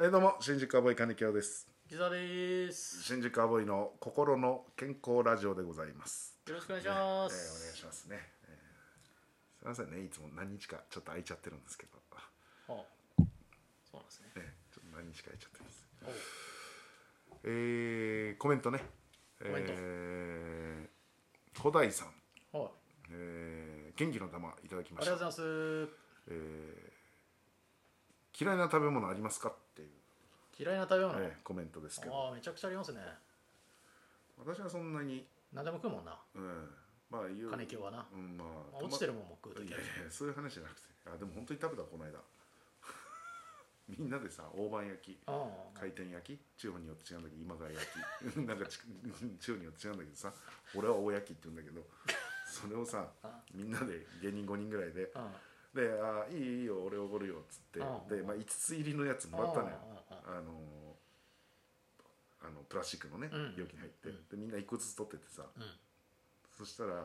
えーどうも新宿アボイ金城です木澤です。新宿アボイの心の健康ラジオでございますよろしくお願いしまえーお願いす。しますね、えーすいませんねいつも何日かちょっと空いちゃってるんですけど、あそうなんですね。ね、ちょっと何日か空いちゃってますおうえーコメントねコメントえー古代さん、はい。えー元気の玉いただきあまりしがとたうございます。えー嫌いな食べ物ありますかっていう、嫌いな食べ物。えーコメントですけどああ、めちゃくちゃありますね。私はそんなに、何でも食うもんな。うん、まあ言う金京はな。うんまあ、まあ落ちてるるもんも食うといきやいあるやそういう話じゃなくてあでも本当に食べたこの間 みんなでさ大判焼きじゃん。うん。回転焼き地方によって違うんだけど今川焼き なんかち地方によって違うんだけどさ俺は大焼きって言うんだけどそれをさあみんなで芸人5人ぐらいでうん。 「であいいよいいよ俺おごるよ」っつってうんで、まあ、5つ入りのやつもらったのようんうんうんあのーあのプラスチックのねうん容器に入ってうでんみんな1個ずつ取ってってさうん。そしたら1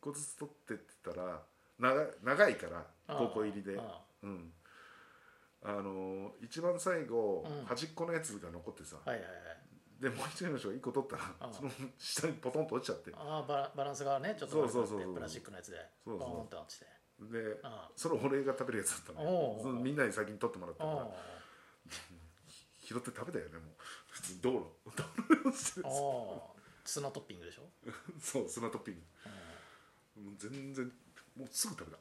個ずつ取ってってたら長い長いからうん5個入りでうんうんあのー一番最後、うん端っこのやつが残ってさ、はいはいはい。でもう一人の人が1個取ったら、うんその下にポトンと落ちちゃってでああ、バラバランスがね、ちょっと悪くそなうっそうそうてそうプラスチックのやつで、そポうそうーンと落ちて。うん。それ俺が食べるやつだったのおようそのみんなに先に取ってもらったかうん。ら拾って食べたよねもう普通に道路道路に落ちてるああ。砂トッピングでしょ。そう砂トッピンうんグもう全然もうすぐ食べた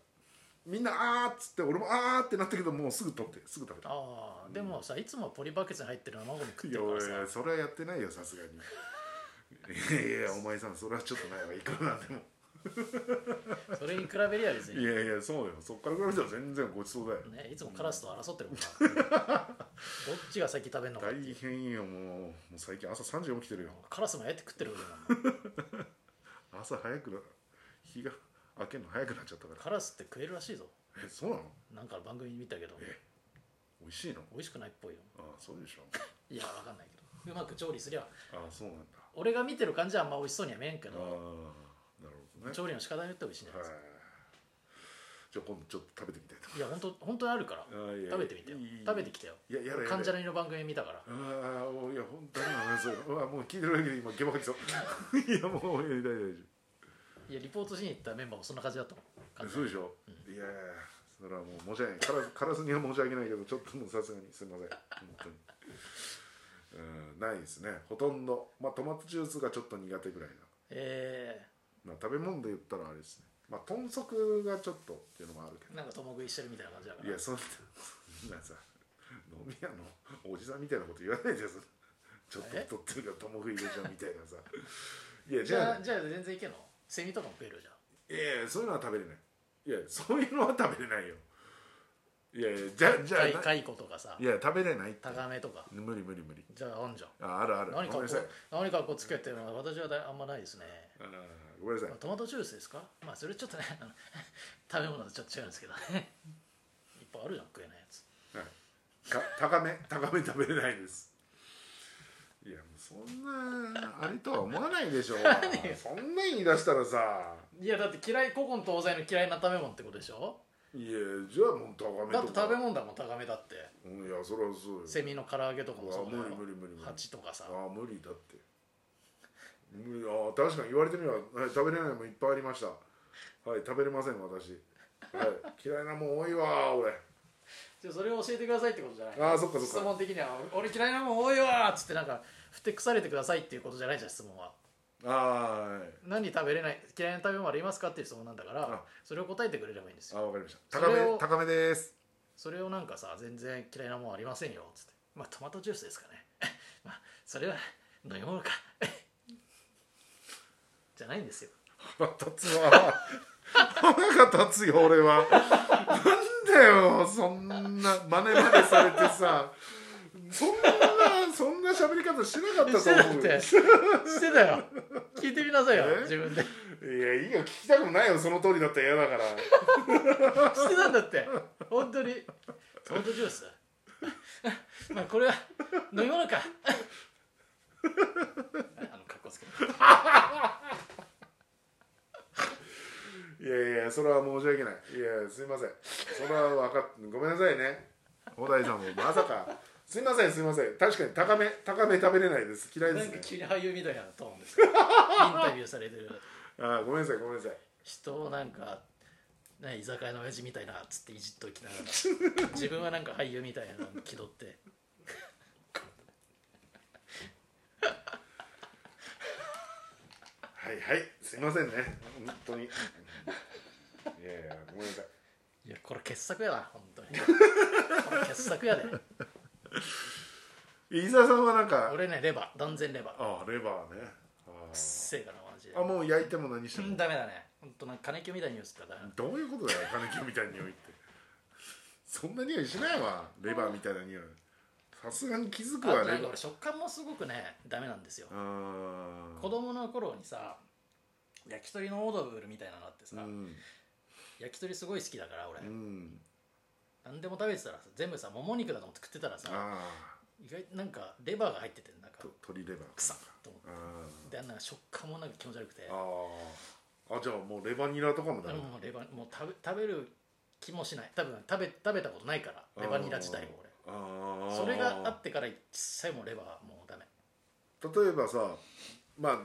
みんなあーっつって俺もあーってなったけどもうすぐ取ってすぐ食べたああ、でもさ、いつもポリバケツに入ってる生ゴミ食っいてやるから俺さ。それはやってないよさすが にいやいやお前さんそれはちょっとないわいくらなんでもそれに比べりゃ別いに、ね、やいやそうよそっから比べたら全然ごちそうだよいつもカラスと争ってるもんな どっちが先食べんのか大変よもうもう最近朝3時に起きてるよカラスもやって食ってるよ朝早くな日が明けるの早くなっちゃったかカラスって食えるらしいぞらえそうなのなんか番組見たけどえ美味しいの美味しくないっぽいよああそうでしょいやわかんないけどうまく調理すりゃああそうなんだ俺が見てる感じはあんま美味しそうには見えんけああどなるほどね調理の仕方によって美味しいんじゃなはいいですかじゃあ今度ちょっと食べてみたいといや本当本当にあるから思うああいや食べてみてよいい食べてきてよいややだやだ関ジャニの番組見たからああもういや本当にダメなんですようわもう聞いてるだけで今ゲバ吐きそういやもういや大丈夫大丈いやリポートしに行ったメンバーもそんな感じだったもん夫関ジそャうニでしょ、いやーそれはもう申し訳ないカラスカラスには申し訳ないけどちょっともうさすがにすみません本当にうんないですねほとんどまあトマトジュースがちょっと苦手ぐらいえな、まあ、食べ物で言ったらあれですねまあ豚足がちょっとっていうのもあるけー、なんか共食いしてるみたいな感じだかどいらやそんな そんなさ飲み屋のおじさんみたいなこと言わない でそんなちょっと太ってるから友食いでしょみたいなさいやじじゃあねゃあじゃあ全然いけんのセミとかも食えるじゃんいやいやそういうのは食べれないいやそういうのは食べれないよいやいやじゃじゃカイあカイコとかさいや食べれないってタガメとか無理無理無理じゃああんじゃんああるある何かごこめんなさいう何かこうつけてるのは私はだあんまないですねあーごめんなさいトマトジュースですかまあそれちょっとねあの 食べ物とちょっと違うんですけど ねいっぱいあるじゃん食えないやつはいか高め高め食べれないですいやもうそんなあれとは思わないでしょ そんな言い出したらさいやだって嫌い古今東西の嫌いな食べ物ってことでしょいやじゃあもう高めだってとか食べ物だもんタガメだってうんいやそれはそうよセミの唐揚げとかもそうだようわ無理無理無理無理ハチとかさああ無理だって無理ああ確かに言われてみれば、はい、食べれないのもいっぱいありましたはい食べれません私、はい、嫌いなもん多いわ俺じゃあそれを教えてくださいってことじゃないああそっかそっか質問的には俺嫌いなもん多いわーっつってなんかふてくされてくださいっていうことじゃないじゃん質問はああはい何食べれない嫌いな食べ物ありますかっていう質問なんだからあそれを答えてくれればいいんですあよあわかりましたそ高めれを高めですそれをなんかさ全然嫌いなもんありませんよつってまあトマトジュースですかね まあそれは飲み物か じゃないんですよ腹立つわ腹が立つよ俺はなんだよそんな真似までされてさそんなそんな喋り方しなかっしたてたとっ思うてしてたよ聞いてみなさいよえ自分でいやいいよ聞きたくもないよその通りだったら嫌だからしてたんだって本当にトマトジュース まあこれは飲み物か あの格好つけていやいやそれは申し訳ないいやすいませんそれは分かっごめんなさいね小田井さんもまさかすいませんすいません確かに高め高め食べれないです嫌いでなんすかね急に俳優みたいなトーンですけどインタビューされてるあーごめんなさいごめんなさい人をなんか、ね、居酒屋の親父みたいなっつっていじっときながら自分はなんか俳優みたいなの気取ってはいはいすいませんね本当にいやいやごめんなさいいやこれ傑作やな本当にこれ傑作やで飯沢さんはなんか俺ねレバー断然レバーくっああレバーねあーせえかなマジであもう焼いても何してうも、んダメだね本当なんか金木みたいに言うすからダメどういうことだよ金木みたいな匂いってそんな匂いしないわレバーみたいな匂いさすがに気づくわあとなレんバーか俺食感もすごくねダメなんですよあ子供の頃にさ焼き鳥のオードブルみたいなのあってさ、ーうん焼き鳥すごい好きだから俺、うん何でも食べてたらさ全部さもも肉だと思って食ってたらさあ意外となんかレバーが入っててなんあかと鶏レバー臭っと思っあてであんな食感もなんか気持ち悪くてーあーあじゃあもうレバニラとかもダメだもうレバもう食べ食べる気もしない多分食べ食べたことないからレバニラ自体も俺あーそれがあってから一切もうレバーはもうダメ例えばさまあ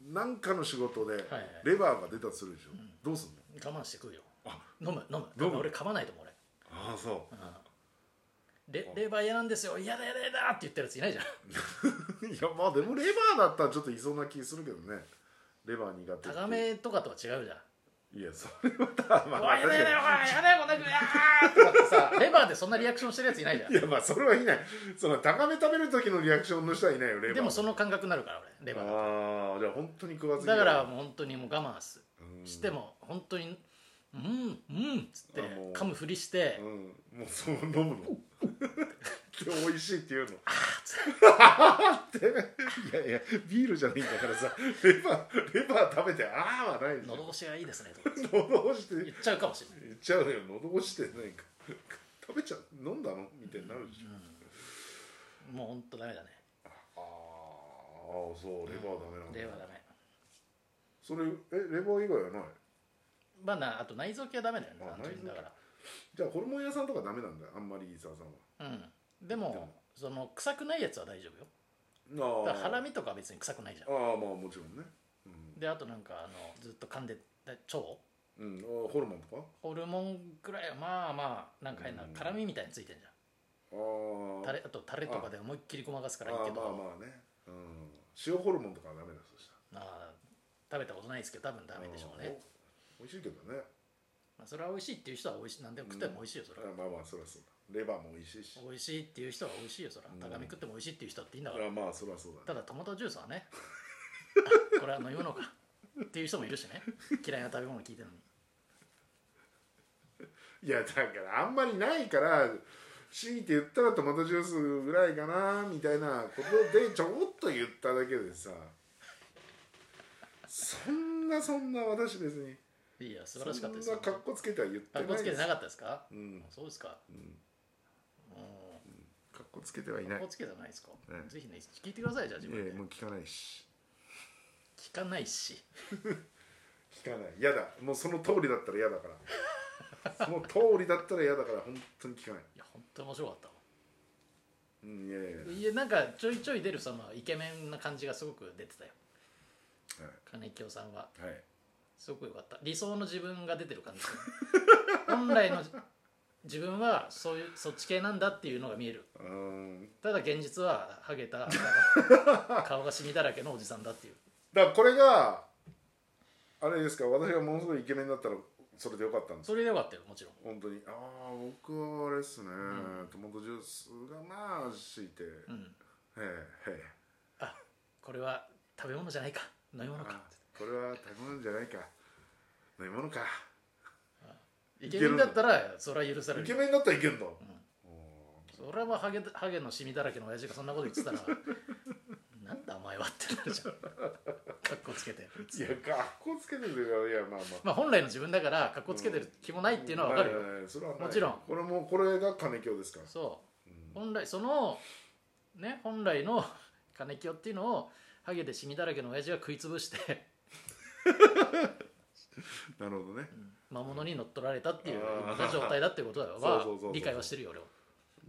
何かの仕事ではいレバーが出たとするでしょ、どうすんの我慢して食うよあ飲む飲む飲む俺噛まないと思う俺ああそレレバー嫌なんですよ嫌だ嫌だ嫌だって言ってるやついない じゃんう いやまあでもレバーだったらちょっといそうな気するけどねレバー苦手って高めとかとは違うじゃんいやそれはだま「あおい確やだかやだやだやだよこんな食うやー!」とかってさレバーでそんなリアクションしてるやついないじゃにいやまあそれはいないその高め食べる時のリアクションの人はいないよレバーんでもその感覚になるから俺レバーがああじゃあ本当に食わずだからももう本当にもう我慢すうんしても本当に「うんうん」っつってあもう噛むふりしてうんもうそう飲 むの今日美味しいって言うのっていやいやビールじゃないんだからさレバーレバー食べてああはないでしょ喉越しがいいですねとか喉押して言っちゃうかも しれない言っちゃうよ喉押してないか食べちゃう飲んだのみたいになるでしょ、もう本当ダメだねああそうレバーダメなんだ、レバーダメそれえレバー以外はないまあなあと内臓系はダメだよねあ単純にだかじゃあホルモン屋さんとかダメなんだあんまり飯沢さんはらうんでもその臭くないやつは大丈夫よあだからハラミミとかは別に臭くないじゃああまあもちろんねんであとなんかあのずっと噛んでだ腸うん、うん、あーホルモンとかホルモンぐらいはまあまあなんか変なうん辛みみたいについてんじゃんあータレあとタレとかで思いっきりごまかすからいいあけーまあどまあね、うん、塩ホルモンとかはダメだそしたあー食べたことないですけど多分ダらメでしょうねうんお美味しいけどねまあ、それは美味しいっていう人は美味しい何でも食っても美味しいよそれは、あまあまあそりゃそうだレバーも美味しいし美味しいっていう人は美味しいよそれは、うん高め食っても美味しいっていう人っていいんだから、あまあそりゃそうだただトマトジュースは ねあこれは飲むのかっていう人もいるしね嫌いな食べ物聞いてるのにいやだからあんまりないから強いて言ったらトマトジュースぐらいかなみたいなことでちょこっと言っただけでさそんなそんな私別にいや素晴らしかったですそんよな格好つけては言ってかっないこつけてなかかったですか、うんそうですかうんうん格好つけてはいなかっいこつけてないですか、ねぜひね聞いてくださいじゃあ自分えで、えもう聞かないし聞かないし聞かない嫌だもうその通りだったら嫌だから その通りだったら嫌だから本当に聞かないいや本当に面白かったわうんいやいやいやいやなんかちょいちょい出るそのイケメンな感じがすごく出てたよはい金清さんははいすごく良かった理想の自分が出てる感じ 本来の自分はそういうそっち系なんだっていうのが見えるうーんただ現実はハゲた顔がシミだらけのおじさんだっていうだからこれがあれですか私がものすごいイケメンだったらそれでよかったんですそれでよかったよもちろん本当にああ僕はあれっすね、トマトジュースがまあ強いて、んへえへえあこれは食べ物じゃないか飲み物かあこれは食べ物じゃないか飲み物かイケメンだったらそれは許されイケるメンだったらいけんだ、それはハゲハゲのシミだらけの親父がそんなこと言ってたら なんだお前はってなるじゃん格好つけていや格好つけてるからいやまあまあまあ本来の自分だから格好つけてる気もないっていうのは分かるよ、ないないないそれはないもちろんこれもこれが金京ですからそう、本来そのね本来の 金清っていうのをハゲでシミだらけの親父が食いつぶしてなるほどね、魔物に乗っ取られたっていうあー同じ状態だっていうことだ そうはそうそうそう理解はしてるよ俺は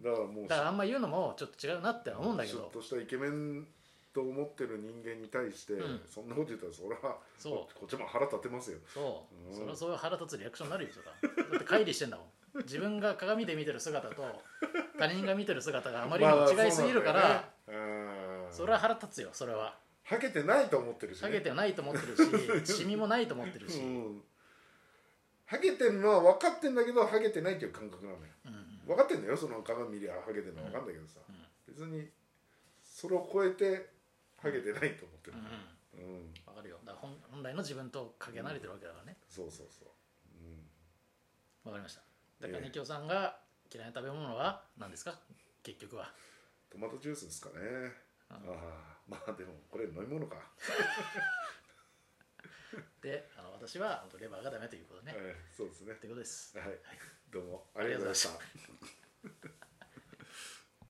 だからもうだからあんま言うのもちょっと違うなって思うんだけシュッどとしたイケメンと思ってる人間に対して、うんそんなこと言ったらそれはそうここっちも腹立てますよそうう、んそりゃそういう腹立つリアクションになるよそらだって乖離してんだもん自分が鏡で見てる姿と他人が見てる姿があまりにも違いすぎるから、まあそうなんだよねうんそれは腹立つよそれはハゲてないと思ってるし、ね、下げてはないと思ってるしシミもないと思ってるし、ううんんハゲてるのは分かってんだけどハゲてないっていう感覚なのよ分かってんだよその鏡見りゃハゲてるの分かんだけどさ、うん別にそれを超えてハゲてないと思ってるうん、うん、わかるよだから本本来の自分とかけ離れてるわけだからねそうそうそう、うん、わかりましただえかえらねきょうさんが嫌いな食べ物は何ですか結局はトマトジュースですかねうあんあまあでもこれ飲み物か、であの私は本当レバーがダメということね、ええそうですねということですはいどうもありがとうございましたありがとうございました